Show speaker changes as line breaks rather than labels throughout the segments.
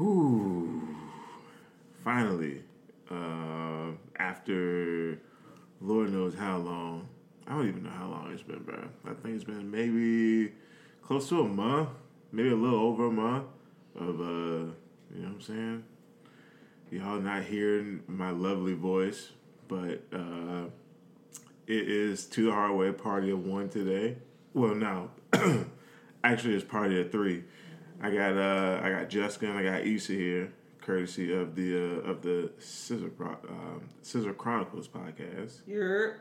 Ooh. Finally, uh, after Lord knows how long, I don't even know how long it's been, bro. I think it's been maybe close to a month, maybe a little over a month of, uh, you know what I'm saying? Y'all not hearing my lovely voice, but uh, it is To the Hard Way party of one today. Well, no, actually, it's party of three. I got uh I got Jessica and I got Issa here, courtesy of the uh, of the Scissor Pro- um, Scissor Chronicles podcast.
You're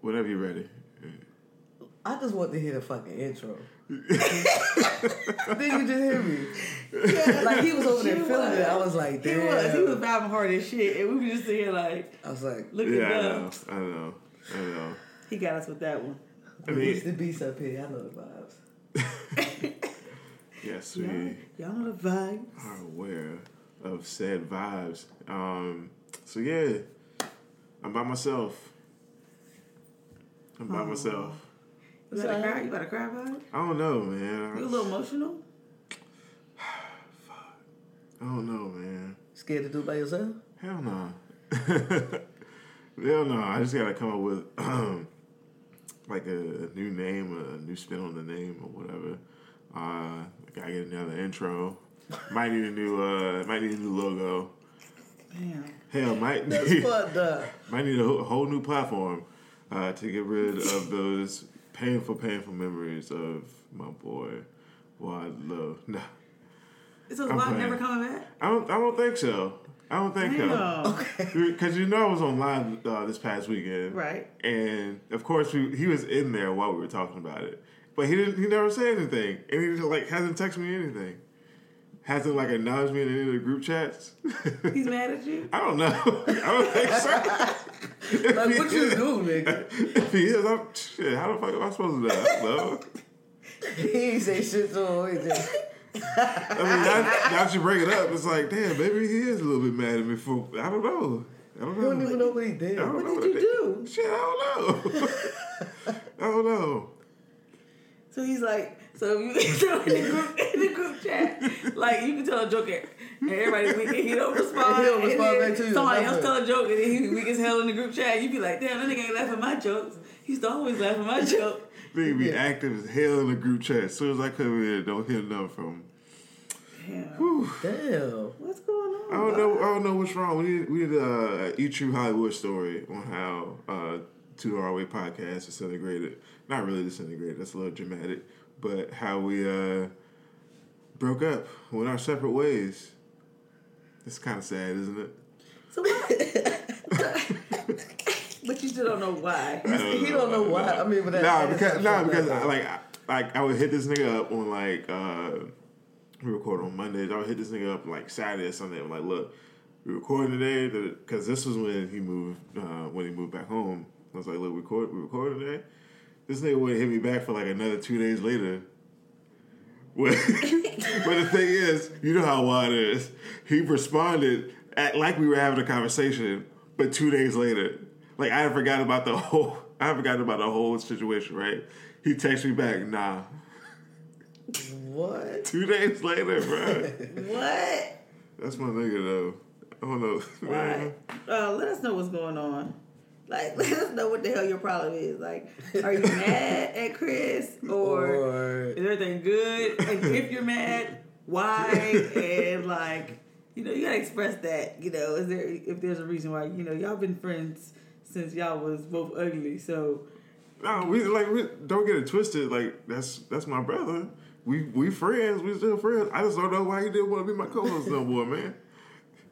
Whenever you're ready.
I just want to hear the fucking intro. then you just hear me. Like he was over there
He
feeling
was.
it. I was like,
He
damn.
was. He was vibing hard as shit, and we were just sitting here like,
I was like,
look
Yeah, I
at
know.
them.
I know. I know.
He got us with that one.
I
it's
mean,
the beast up here. I know the vibes.
yes, we
Y'all, y'all know the vibe.
are aware of said vibes. Um, so yeah, I'm by myself. I'm by
Aw.
myself.
You about to cry? You about to cry about it?
I don't know, man. I,
You a little emotional?
I don't know, man.
Scared to do it by yourself?
Hell no. Hell no. I just gotta come up with like a, new name, a new spin on the name, or whatever. Uh, gotta get another intro. Might need a new, uh, might need a new logo.
Damn.
Hell, might
That's
need,
fucked up.
might need a whole, whole new platform uh, to get rid of those painful, painful memories of my boy. Wad Low. No,
Is his
I'm
vibe
playing.
never coming back?
I don't. I don't think so. I don't think so.
Damn.
Because you know I was on live uh, this past weekend,
Right.
And of course, we, he was in there while we were talking about it, but he didn't. He never said anything, and he just, like hasn't texted me anything. Hasn't like acknowledged me in any of the group chats.
He's mad at you?
I don't know. I don't think so.
Like, what you do, nigga?
if he is, I'm, shit, how the fuck am I supposed to know? I don't know.
He ain't say shit to him. He just,
I mean, now, now that you bring it up, it's like, damn, maybe he is a little bit mad at me for. I don't know. I don't
he
know.
don't even know what he did.
I don't
What
know
did
I
you do?
Shit, I don't know. I don't know.
So he's like, so if you so in the group in the group chat, like you can tell a joke at and everybody weak and he don't respond.
He don't
and
respond
then
back to you.
Somebody
That's
else
it.
tell a joke and then he weak as hell in the group chat. You be like, damn, that nigga ain't laughing at my jokes. He used to always laugh at my joke.
They be active as hell in the group chat. As soon as I come in, don't hear nothing from 'em.
Damn.
Damn.
What's going on?
I don't know. I don't know what's wrong. We need we need a E True Hollywood story on how uh, Two Our Way podcast disintegrated. Not really disintegrated. That's a little dramatic, but how we uh, broke up, went our separate ways. It's kind of sad, isn't it?
So what? but you still don't know why.
He don't know why. I mean, but that,
Nah,
that is
because
not
nah,
fucked
because
up.
I, like I, like I would hit this nigga up on like uh we record on Mondays. I would hit this nigga up like Saturday or Sunday. I'm like, look, we recording today because this was when he moved uh, when he moved back home. I was like, look, we record we recording today. This nigga would hit me back for like another two days later. Well, but the thing is, you know how wild it is. He responded act like we were having a conversation, but two days later, like I had forgot about the whole, I had forgotten about the whole situation. Right? He texted me back, nah.
What?
Two days later, bro.
What?
That's my nigga though. I don't know.
Right.
man.
Uh, let us know what's going on. Like, let us know what the hell your problem is. Like, are you mad at Chris or
Or
is everything good? And if you're mad, why? And like, you know, you gotta express that. You know, is there if there's a reason why? You know, y'all been friends since y'all was both ugly. So
No, we like we don't get it twisted. Like that's that's my brother. We we friends. We still friends. I just don't know why he didn't want to be my co-host no more, man.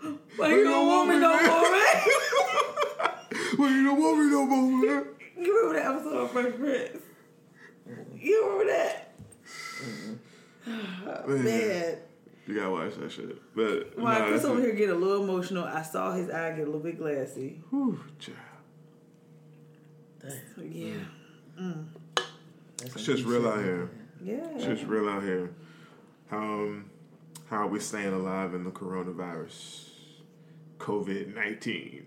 why you don't want me no more? man?
Well, you don't want me no more, man.
You remember that episode of Fresh Prince? You remember that? Oh,
Man.
man.
You gotta watch that shit. But
Well,
nah,
Chris
that's
over
it.
here get a little emotional. I saw his eye get a little bit glassy.
Whew, child.
So, yeah,
That's
It's
some
just
deep
real
shit.
out here.
yeah.
It's just real out here. How um, how are we staying alive in the coronavirus? COVID nineteen.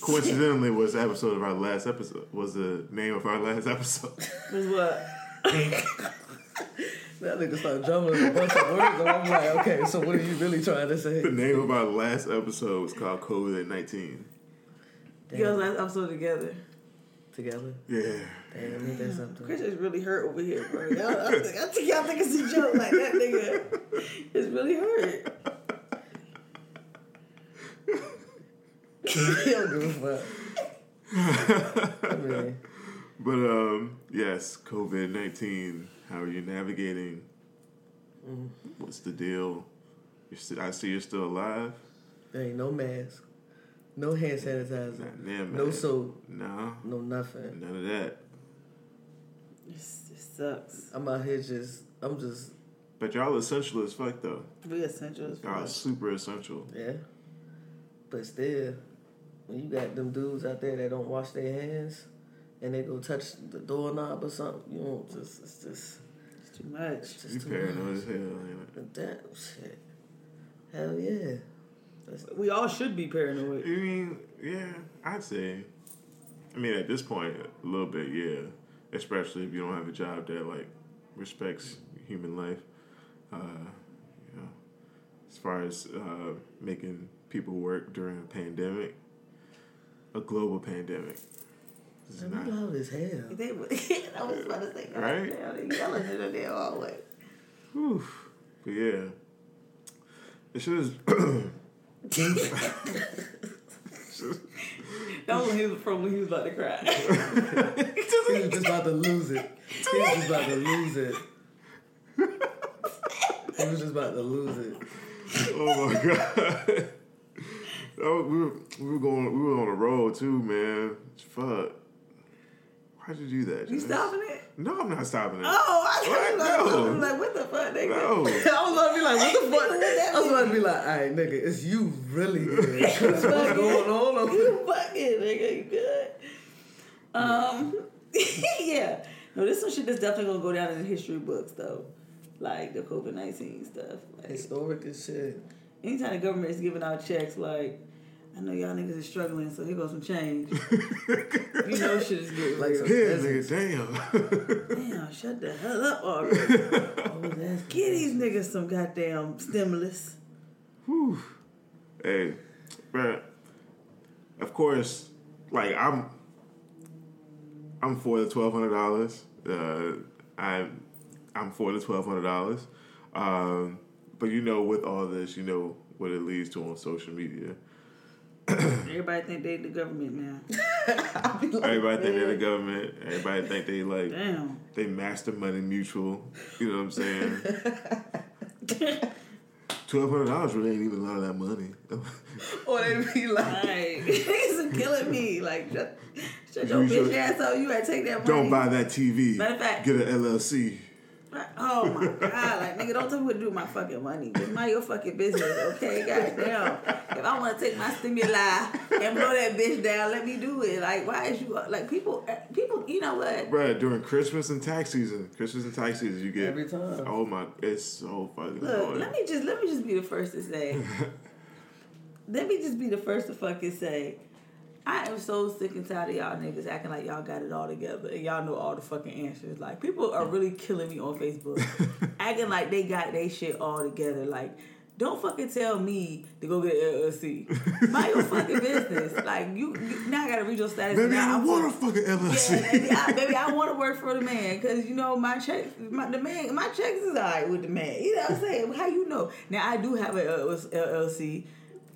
Coincidentally, was the episode of our last episode was the name of our last episode.
Was what?
That nigga started jumbling a bunch of words, and I'm like, okay, so what are you really trying to say?
the name of our last episode was called COVID nineteen.
Damn,
Y'all's last episode together.
together.
Yeah,
Damn, ain't that something?
Chris is really hurt over here, bro. Y'all, I, think, I think y'all think it's a joke like that nigga. It's really hurt.
he don't give a fuck. I mean,
but um, yes, COVID nineteen. How are you navigating? What's the deal? You're still, I see you're still alive.
there ain't no mask, no hand sanitizer,
Not near,
no
man.
soap,
No,
no nothing.
none of that.
It's, it sucks.
I'm out here just, I'm just,
But y'all essential as fuck though.
We essential as
Y'all
fuck.
super essential.
yeah. But still, when you got them dudes out there that don't wash their hands and they go touch the doorknob or something, you don't just, it's just,
It's too much.
it's
You
just too much.
paranoid as hell. ain't
But That shit. Hell yeah. That's,
We all should be
it?
paranoid.
I mean, yeah, I'd say. I mean, at this point, a little bit, yeah. Especially if you don't have a job that like respects human life. Uh, you know, as far as uh, making people work during a pandemic, a global pandemic. This is not-
man, we loud as hell.
They, I was about to say,
Right?
right? They yelling in the damn hallway.
Whew. But yeah. It should is
That was his from when he was about to cry.
He was just about to lose it. He was just about to lose it. He was just about to lose it.
Oh my god. Oh, we, were, we were going. We were on the road too, man. Fuck. Why'd you do that?
You
Janice?
stopping it?
No, I'm not stopping it.
Oh, I thought you
What?
was
No.
I was like, what the fuck, nigga?
No.
I was about to be like, what the
What does that
fuck? I was about to be like, all right, nigga, it's you really here. What's going on over there?
You fucking nigga, you good? Um, yeah. No, this some shit that's definitely gonna go down in the history books though, like the COVID nineteen stuff. Like,
Historic as shit.
anytime the government is giving out checks, like I know y'all niggas is struggling, so here goes some change. you know, shit is getting
Like
like
some-
Yeah, nigga, damn.
damn. Shut the hell up already.
Oh, that's
Get these niggas some goddamn stimulus.
Whew. Hey, bruh. Of course, like I'm, I'm for the twelve hundred dollars. Uh, I'm, I'm for the twelve hundred dollars. Um, but you know, with all this, you know what it leads to on social media.
Everybody think they the government now.
Everybody think they're the government. Everybody think they like
Damn.
they master money mutual. You know what I'm saying? Twelve hundred dollars really ain't even a lot of that money.
Or they be like,
Like, these are killing me. Like, shut, shut your
You
bitch
should-
ass up. You gotta take that money.
Don't buy that TV.
Matter of fact-
get an LLC.
Oh my god, like nigga, don't tell me what to do with my fucking money. Just mind your fucking business, okay? Goddamn. If I want to take my stimuli and blow that bitch down, let me do it. Like, why is you like people? eh, People, you know what?
Bruh, during Christmas and tax season, Christmas and tax season, you get
Every time.
Oh my, it's so fucking
Look,
annoying.
let me just let me just be the first to say. let me just be the first to fucking say. I am so sick and tired of y'all niggas acting like y'all got it all together and y'all know all the fucking answers. Like people are really killing me on Facebook, acting like they got they shit all together. Like, don't fucking tell me to go get an LLC. Mind your fucking business. Like you, you now I gotta read your status.
Maybe I
now
don't
I'm-
want a fucking LLC.
yeah, maybe I, maybe I want to work for the man because you know my checks, my the man, my checks is all right with the man. You know what I'm saying? How you know? Now I do have an LLC,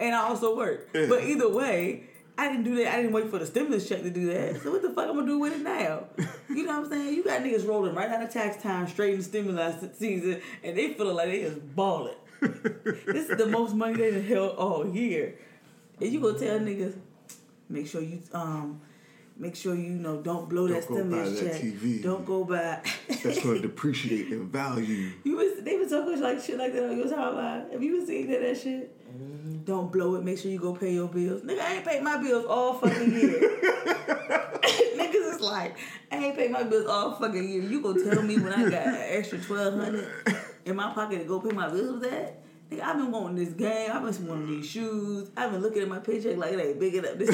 and I also work.
Yeah.
But either way, I didn't do that. I didn't wait for the stimulus check to do that. So what the fuck I'm gonna do with it now? You know what I'm saying? You got niggas rolling right out of tax time, straight into stimulus season, and they feeling like they just balling. this is the most money they done held all year. And you gonna tell niggas, make sure you um Make sure you know don't blow that
Don't go buy
stimulus
that
check.
TV.
Don't go by.
That's going to depreciate in value.
you was they was talking like shit like that on your timeline. Have you been seeing that, that shit? Don't blow it. Make sure you go pay your bills. Nigga, I ain't paid my bills all fucking year. Niggas is like, I ain't paid my bills all fucking year. You gonna tell me when I got an extra twelve hundred in my pocket to go pay my bills with that? Nigga, I've been wanting this game. I've been wanting these shoes. I've been looking at my paycheck like it ain't big enough. This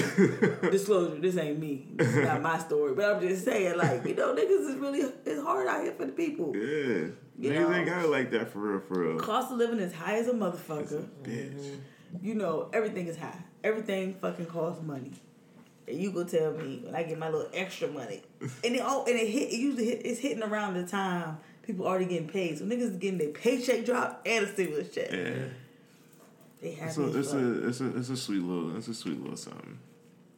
disclosure, this ain't me. This is not my story. But I'm just saying, like, you know, niggas is really it's hard out here for the people.
Yeah.
You
Niggas ain't
know.
got it like that for real, for real.
Cost of living is high as a motherfucker.
Bitch.
You know, everything is high. Everything fucking costs money. And you go tell me when I get my little extra money. And it all and it hit it usually hit, it's hitting around the time people already getting paid. So niggas getting their paycheck drop and a stimulus check.
Yeah.
They happy
It's a,
as
it's
fuck.
a, it's a, it's a sweet little, it's a sweet little something.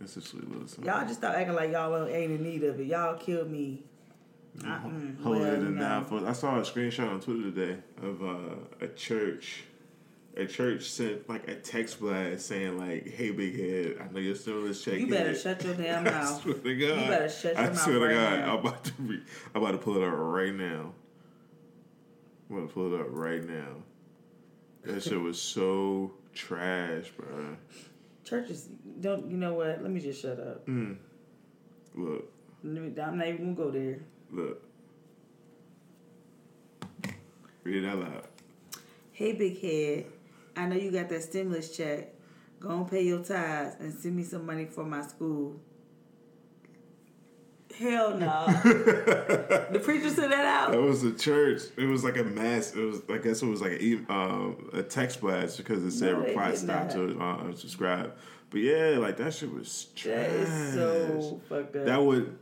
It's a sweet little something.
Y'all just stop acting like y'all ain't in need of it. Y'all killed me. I- mm,
Holier
well,
than
no.
thou. For- I saw a screenshot on Twitter today of uh, a church. A church sent like a text blast saying like, "Hey, big head, I know you're still this check.
You better
hit."
shut your damn
I
mouth.
swear to God.
better shut your
I
mouth
swear to
right
God,
now.
I'm about to re- I'm about to pull it up right now. I'm about to pull it up right now. That shit was so trash, bro.
Churches don't you know what? Let me just shut up.
Mm. Look,
Let me- I'm not even gonna go there.
look. Read it out loud.
Hey, big head, I know you got that stimulus check. Go and pay your tithes and send me some money for my school. Hell no. the preacher said that
That
out.
was the church. It was like a mass. It was. I guess it was like a e- um, a text blast because it said
No, they
reply
did
stop
not.
to uh, unsubscribe. But yeah, like that shit was trash.
That is so fucked up.
That would.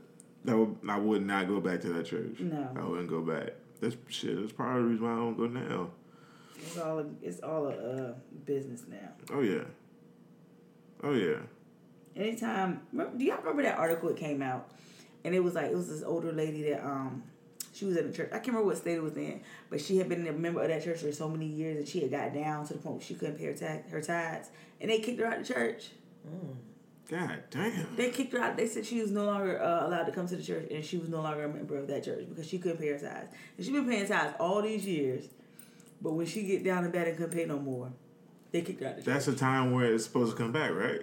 That would. I would not go back to that church.
No.
I wouldn't go back. That's shit. That's probably the reason why I don't go now.
it's all a, it's all a uh, business now.
Oh yeah. Oh yeah.
Anytime, remember, do y'all remember that article that came out? And it was like it was this older lady that um she was in the church. I can't remember what state it was in, but she had been a member of that church for so many years, and she had got down to the point where she couldn't pay her, ta- her tithes, and they kicked her out of church.
God damn.
They kicked her out. They said she was no longer uh, allowed to come to the church, and she was no longer a member of that church because she couldn't pay her tithes. And she's been paying tithes all these years, but when she get down and bad and couldn't pay no more, they kicked her out of the
That's
church.
the time where it's supposed to come back, right?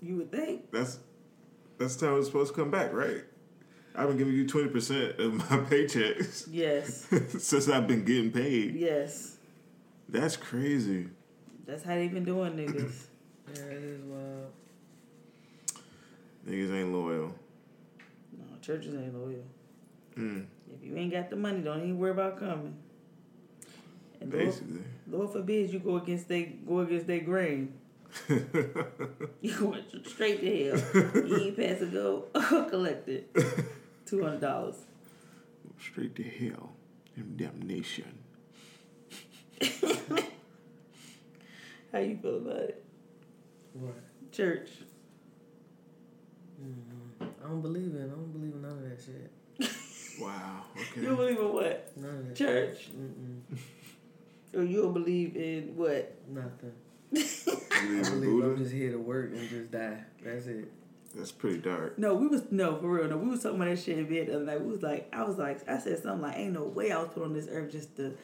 you would think.
That's that's the time it's supposed to come back, right? I've been giving you twenty percent of my paychecks
Yes,
since I've been getting paid.
yes.
That's crazy.
That's how they been doing, niggas.
Yeah, it is wild.
Niggas ain't loyal.
No, churches ain't loyal.
Mm,
If you ain't got the money, don't even worry about coming. And Lord,
Basically.
Lord forbids you go against they go against their grain. You going straight to hell. you ain't pass a go collected two hundred dollars.
Straight to hell and damnation.
How you feel about it?
What?
Church.
Mm-hmm. I don't believe in. I don't believe in none of that shit.
Wow. Okay.
You don't believe in what?
None of that.
Church.
Shit. Mm-mm.
Or you don't believe in what?
Nothing. I
Believe in
believe I'm
Buddha?
just here to work and just die. That's it.
That's pretty dark.
No, we was no for real. No, we was talking about that shit in bed the other night. We was like, I was like, I said something like, ain't no way I was put on this earth just to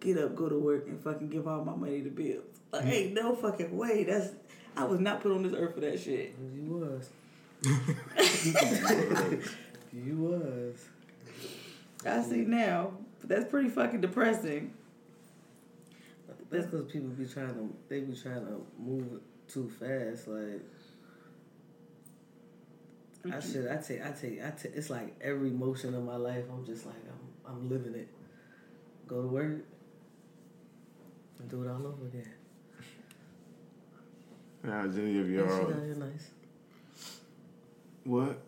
get up, go to work, and fucking give all my money to bills. Like, ain't no fucking way. That's I was not put on this earth for that shit.
You was. you was.
I see now, but that's pretty fucking depressing.
That's because people be trying to. They be trying to move too fast. Like I
Mm-hmm.
should. I take. I take. I take. It's like every motion of my life. I'm just like I'm. I'm living it. Go to work. And do it all over again.
How's any of
That shit out
y'all?
here nice.
What?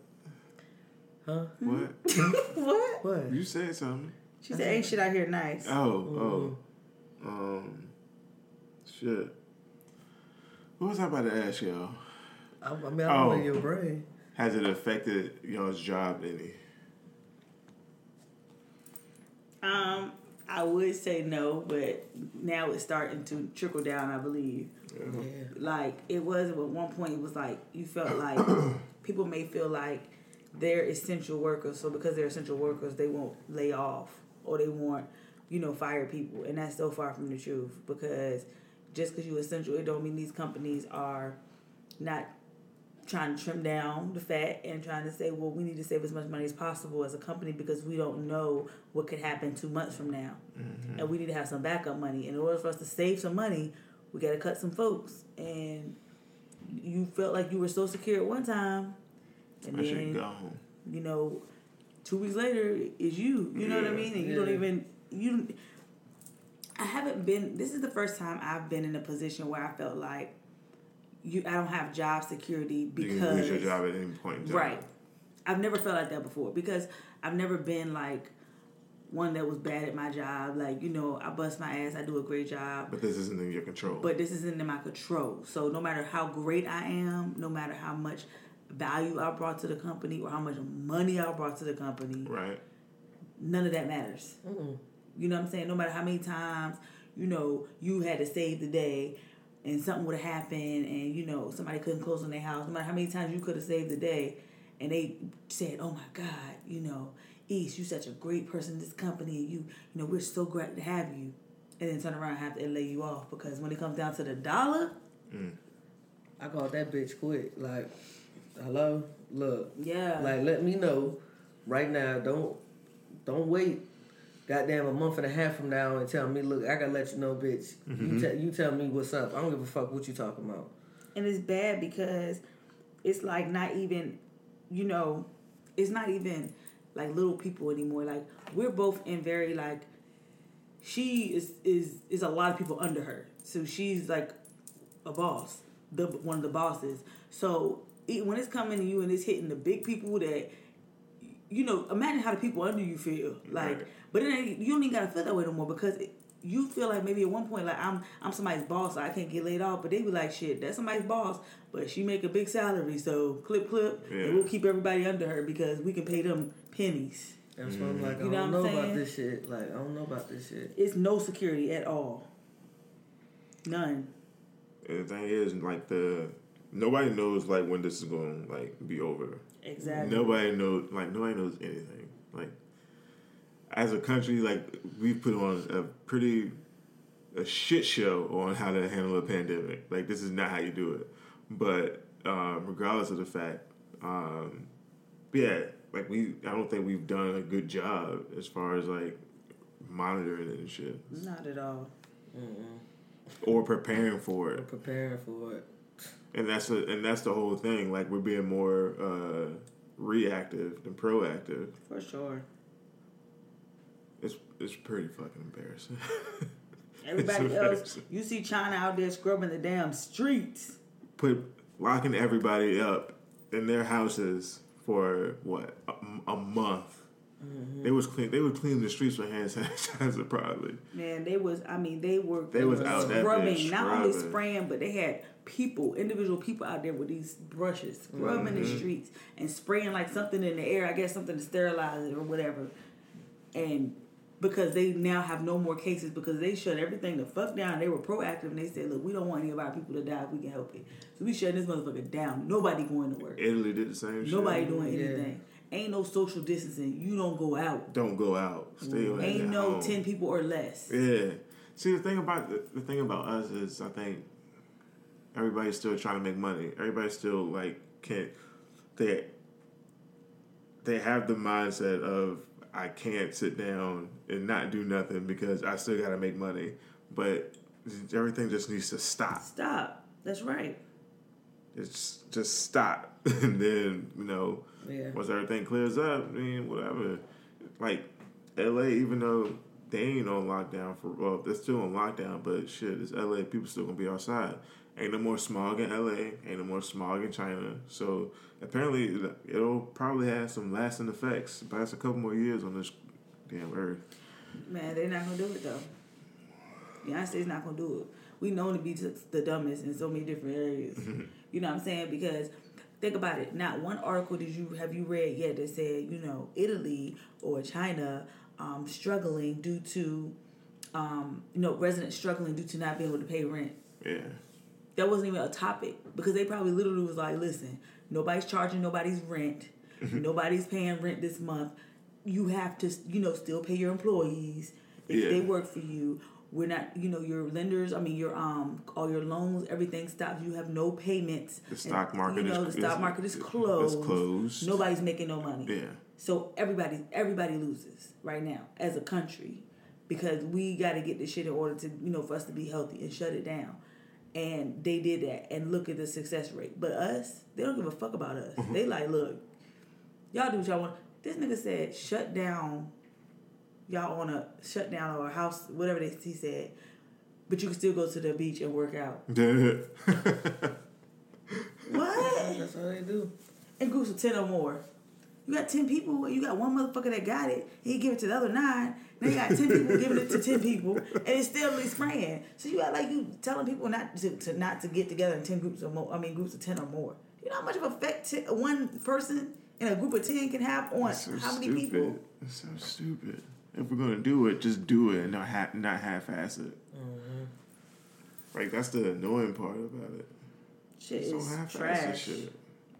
Huh?
What?
what?
What?
You said something.
She said, ain't shit out here nice.
Oh, oh.
Mm-hmm.
Um, shit. What was I about to ask y'all?
I, I mean, I don't
Oh.
know your brain.
Has it affected y'all's job any?
Um, I would say no, but now it's starting to trickle down. I believe.
Yeah.
like it was at one point it was like you felt like people may feel like they're essential workers. So because they're essential workers, they won't lay off or they won't, you know, fire people. And that's so far from the truth because just because you're essential, it don't mean these companies are not trying to trim down the fat and trying to say, well, we need to save as much money as possible as a company because we don't know what could happen two months from now. And we need to have some backup money. In order for us to save some money, we got to cut some folks. And you felt like you were so secure at one time. And
I
then,
should go home.
you know, two weeks later is you. You know what I
Yeah.
mean? And you don't
Yeah.
even you. I haven't been. This is the first time I've been in a position where I felt like you. I don't have job security
You can lose
because
your job at any point in time.
right. I've never felt like that before because I've never been like one that was bad at my job. Like you know, I bust my ass. I do a great job.
But this isn't in your control.
But this isn't in my control. So no matter how great I am, no matter how much value I brought to the company or how much money I brought to the company,
right.
none of that matters. You know what I'm saying? No matter how many times, you know, you had to save the day and something would have happened and, you know, somebody couldn't close on their house, no matter how many times you could have saved the day and they said, oh my God, you know, East, you such a great person in this company. You, you know, we're so glad to have you. And then turn around and have to lay you off because when it comes down to the dollar,
I called that bitch quick. Like, hello, look,
yeah.
like let me know right now. Don't don't wait. Goddamn, a month and a half from now, and tell me, look, I gotta let you know, bitch.
Mm-hmm.
You, te- you tell me what's up. I don't give a fuck what you talking about.
and it's bad because it's like not even you know it's not even like little people anymore like we're both in very like she is is is a lot of people under her so she's like a boss the one of the bosses so it, when it's coming to you and it's hitting the big people that you know imagine how the people under you feel like
Right.
but it ain't, you don't even gotta feel that way no more because it, you feel like maybe at one point like I'm I'm somebody's boss so I can't get laid off but they be like shit that's somebody's boss but she make a big salary so clip clip
Yeah.
and we'll keep everybody under her because we can pay them pennies
That's why I'm like, I
You know
don't
what
know
I'm
about
saying?
this shit. Like, I don't know about this shit.
it's no security at all none
And the thing is, like the nobody knows like when this is going to like be over.
exactly
Nobody knows, like nobody knows anything. Like as a country, like we put on a pretty a shit show on how to handle a pandemic. Like this is not how you do it. But um, regardless of the fact, um, yeah, like we, I don't think we've done a good job as far as like monitoring it and shit
not at all
or preparing for it.
I'm preparing for it.
and that's a, and that's the whole thing. Like we're being more uh, reactive than proactive.
for sure
It's it's pretty fucking embarrassing.
Everybody
It's
else,
embarrassing.
you see China out there scrubbing the damn streets.
Put locking everybody up in their houses for what a, m- a month.
Mm-hmm.
They was clean. They were cleaning the streets with hand sanitizer. Probably
Man, they was, I mean, they were
they was out that
scrubbing,
bitch
not only
scrubbing.
spraying, but they had people, individual people out there with these brushes scrubbing the
Mm-hmm.
streets and spraying like something in the air. I guess something to sterilize it or whatever. And because they now have no more cases because they shut everything the fuck down. They were proactive and they said, look, we don't want any of our people to die if we can help it. So we shutting this motherfucker down. Nobody going to work.
Italy did the same. shit.
Nobody doing
Yeah.
anything. Ain't no social distancing. You don't go out.
don't go out. Stay away.
Mm-hmm. Ain't no
home.
ten people or less.
Yeah. See, the thing about the, the thing about us is, I think everybody's still trying to make money. Everybody's still like can't. They they have the mindset of I can't sit down and not do nothing because I still got to make money. But everything just needs to stop.
Stop. That's right.
It's just stop, and then you know
Yeah.
once everything clears up, I mean, whatever. Like, LA, even though they ain't on lockdown for, well, they're still on lockdown, but shit, it's LA. People still gonna be outside. Ain't no more smog in LA. Ain't no more smog in China. So apparently, it'll probably have some lasting effects. But that's a couple more years on this damn earth.
Man, they're not gonna do it though. The United States not gonna do it. We known to be just the dumbest in so many different areas. you know what I'm saying? Because think about it. Not one article did you have you read yet that said you know Italy or China um, struggling due to um, you know residents struggling due to not being able to pay rent.
Yeah.
that wasn't even a topic because they probably literally was like, listen, nobody's charging nobody's rent.
Mm-hmm.
Nobody's paying rent this month. You have to, you know, still pay your employees if
Yeah.
they work for you. We're not, you know, your lenders. I mean, your um, all your loans, everything stops. You have no payments.
The stock
And,
market
you know,
is-
the stock
is-
market is
is
closed.
closed.
Nobody's making no money.
Yeah.
So everybody, everybody loses right now as a country because we got to get this shit in order to, you know, for us to be healthy and shut it down. And they did that, and look at the success rate. But us, they don't give a fuck about us. They like, look, y'all do what y'all want. This nigga said, shut down. Y'all want to shut down our house, whatever they he said. But you can still go to the beach and work out. What?
That's all they do.
in groups of ten or more. You got ten people, and you got one motherfucker that got it. He give it to the other nine. Then you got ten people giving it to ten people, and it's still really spraying. So you got like you telling people not to, to not to get together in ten groups or more. I mean, groups of ten or more. You know how much of effect t- one person in a group of ten can have on
That's so
how many
stupid.
people.
That's so stupid. If we're gonna do it, just do it and not ha- not half-ass it. Like that's the annoying part about it.
Shit
Just don't
is
half-ass
trash.
this shit.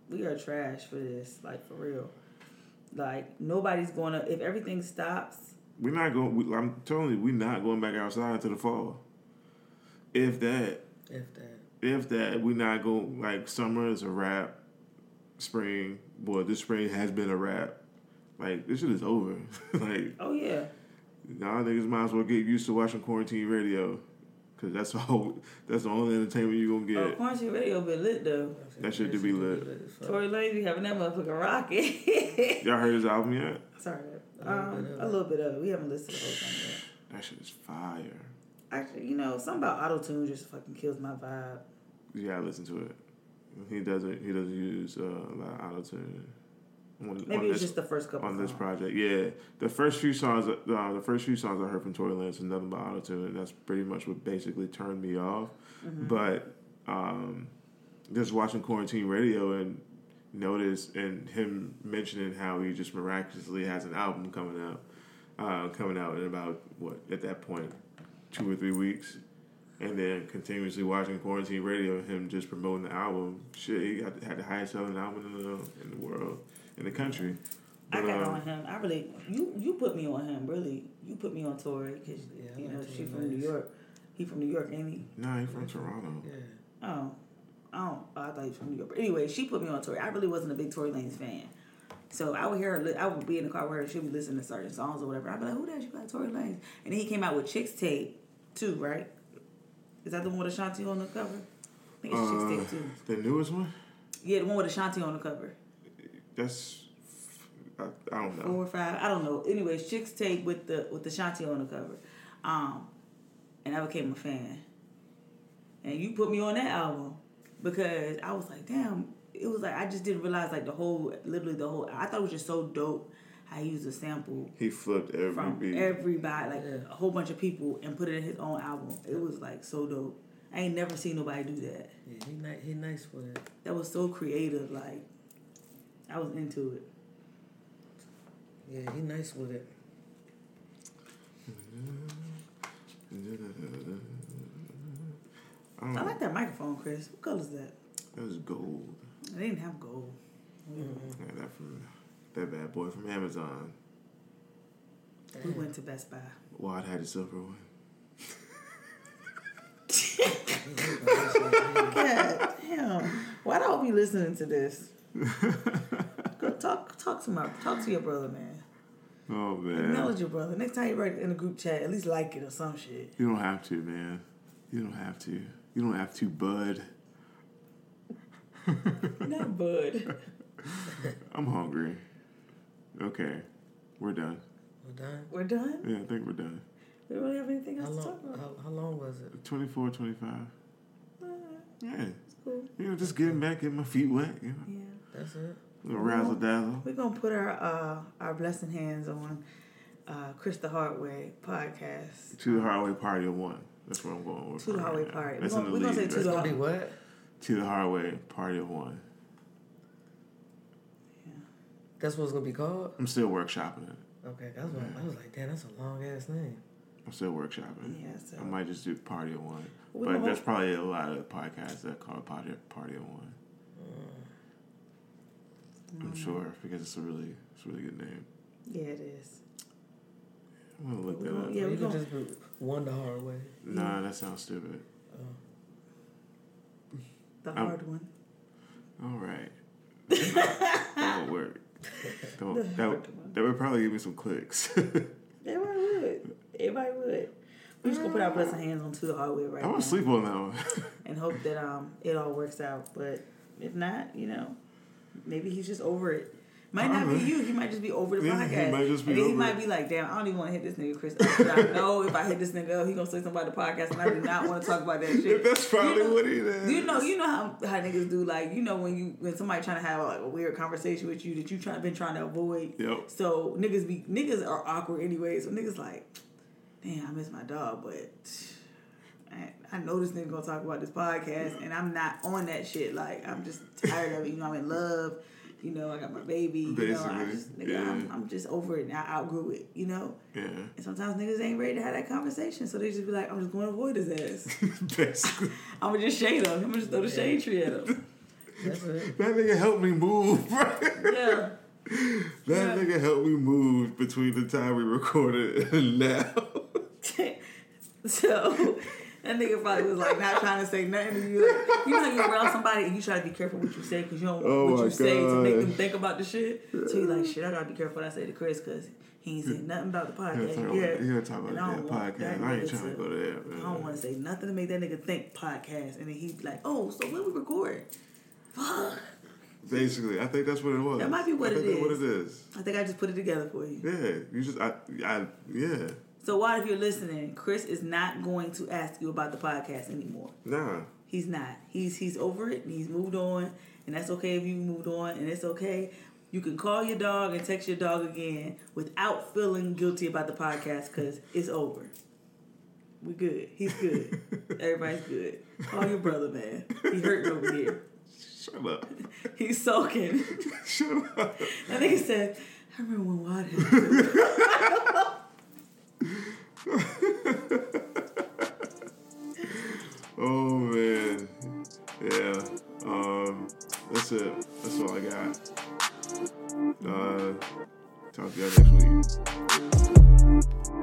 we are trash for this, like for real. Like nobody's gonna. If everything stops,
We're not going. We, I'm telling you, we're not going back outside until the fall. If that,
If that.
if that, we're not going. Like summer is a wrap. Spring, boy, this spring has been a wrap. Like this shit is over. like
oh yeah,
Y'all niggas might as well get used to watching quarantine radio, cause that's all. That's the only entertainment you gonna
oh,
get.
quarantine radio been lit though.
That shit do be lit.
as fuck.
Tory Lanez be having that motherfucker rocket.
Y'all heard his album yet?
Sorry,
A little
um,
bit of
a
it.
little bit of it. We haven't listened to the whole thing yet.
That shit is fire.
Actually, you know, something about auto tune just fucking kills my vibe.
Yeah, I listen to it. He doesn't. He doesn't use uh, a lot of auto tune.
Maybe it's just the first couple.
on this
songs.
project. Yeah, the first few songs, uh, the first few songs I heard from Tory Lanez was nothing but auto tune, and that's pretty much what basically turned me off.
Mm-hmm.
But um, just watching quarantine radio and notice and him mentioning how he just miraculously has an album coming out, uh, coming out in about what at that point two or three weeks. And then continuously watching quarantine radio, and him just promoting the album. Shit, he got, had the highest selling album in the, in the world, in the country.
I got
um,
on him. I really, you you put me on him. Really, you put me on Tory because
Yeah, I
you know
like
she
Tory
from New
Lanez.
York. He from New York, ain't he?
Nah, he from Toronto.
Yeah.
Oh, I don't. I thought he was from New York. But anyway, she put me on Tory. I really wasn't a big Tory Lanez fan. So I would hear her. li- I would be in the car with her. She'd be listening to certain songs or whatever. I'd be like, "Who that? You got Tory Lanez?" And then he came out with Chicks Tape, too, right? Is that the one with Ashanti on the cover? I think it's Chicks
Uh,
Tape too.
The newest one?
Yeah, the one with Ashanti on the cover.
That's I, I don't know.
Four or five. I don't know. Anyways, Chicks Tape with the with the Ashanti on the cover. Um, and I became a fan. And you put me on that album because I was like, damn, it was like I just didn't realize like the whole literally the whole I thought it was just so dope how he used a sample
He flipped every
from
beat.
everybody, like
Yeah.
a whole bunch of people and put it in his own album. It was like so dope. I ain't never seen nobody do that.
Yeah, he nice. He nice with it.
That was so creative, like I was into it.
Yeah, he nice with it.
I don't
I
know.
like that microphone, Chris. What color is that?
Oh, That was gold.
They didn't have gold. Mm-hmm.
I got that from that bad boy from Amazon.
We went to Best Buy.
Well, I'd had the silver one.
God damn. Why don't we listening to this? Girl, talk talk to my talk to your brother, man.
Oh man,
Acknowledge your brother. Next time you write in the group chat, at least like it or some shit.
you don't have to, man. You don't have to. You don't have to, bud.
Not bud.
I'm hungry. Okay, we're done.
We're done.
We're done.
Yeah, I think we're done.
We don't really have anything
How
else to
long?
talk about.
How, how long was it?
24, 25.
Alright,
Yeah,
it's cool.
you know, just getting back, getting my feet wet. You know.
Yeah.
That's it.
Little razzle dazzle.
We're gonna put our uh, our blessing hands on uh, Chris the Hardway podcast.
To the Hardway Party of One. That's where I'm going with.
To the
right
Hardway
now.
Party. We're
That's in
gonna-
the
we're gonna say
lead,
to
right?
It's
the-
gonna be what?
to the Hardway Party of One.
That's what it's gonna be called.
I'm still workshopping it.
Okay, that's what I was like. Damn, that's a long ass name.
I'm still workshopping. it.
Yeah, so
I might just do Party of One.
We
but
don't-
there's probably a lot of podcasts that call it Party Party of One.
Mm.
I'm sure because it's a really it's a really good name.
Yeah, it is.
I'm gonna look that up.
Yeah,
Yeah,
we
we can
gon-
just be one the hard way.
Nah, that sounds stupid.
The
I'm-
hard one.
All right, that won't work. That,
oh,
won't- that, would- that would probably give me some clicks.
Everybody would. Everybody would. We just gonna put our blessing hands on to the hard way right
I
now
want to sleep on that one.
and hope that um it all works out. But if not, you know, maybe he's just over it. Might not be
Probably.
you. He might just be over the
Yeah,
podcast.
he might just be
and then he
over
might
it.
be like, "Damn, I don't even want to hit this nigga, Chris." up, 'cause I know if I hit this nigga up, he gonna say something about the podcast, and I do not want to talk about that shit.
That's probably
You know-
what it is.
You know, you know how how niggas do. Like, you know when you when somebody trying to have like a weird conversation with you that you try been trying to avoid.
Yep.
So niggas be niggas are awkward anyway. So niggas like, damn, I miss my dog, but I, I know this nigga gonna talk about this podcast, and I'm not on that shit. Like, I'm just tired of it. You know, I'm in love. You know, I got my baby. You know, I
Basically,
just, nigga,
yeah.
I'm, I'm just over it. And I outgrew it. You know.
Yeah.
And sometimes niggas ain't ready to have that conversation, so they just be like, I'm just going to avoid his ass.
Basically.
I'm gonna just shade him. I'm gonna just throw the shade tree at him.
That's it.
That nigga helped me move, bro. That
Yeah. Yeah.
nigga helped me move between the time we recorded and now.
so that nigga probably was like not trying to say nothing to you. Like, you know, how you around somebody and you try to be careful what you say because you don't want
Oh
what you
my
say to make
God.
them think about the shit. So you like, shit, I gotta be careful what I say to Chris because he ain't saying nothing about the
He
podcast.
was talking
Yeah.
about, he was talking
And
about
I
that
don't want
podcast.
that
I ain't
nigga
trying to
to-
go to that,
I
man.
don't want to say nothing to make that nigga think podcast, and then he be like, "Oh, so when we record? Fuck,
Basically, I think that's what it was.
That might be what
I
it
think that's
is.
what it is.
I think I just put it together for you."
Yeah, you just I I yeah.
So, why, if you're listening, Chris is not going to ask you about the podcast anymore.
Nah,
He's not. He's he's over it. And he's moved on, and that's okay if you moved on, and it's okay. You can call your dog and text your dog again without feeling guilty about the podcast because it's over. We good. He's good. Everybody's good. Call your brother, man. He hurting over here.
shut up,
He's soaking.
shut up.
I think he said, "I remember when Wad had." it."
Oh man, yeah. Um, that's it. That's all I got. Uh, talk to y'all next week.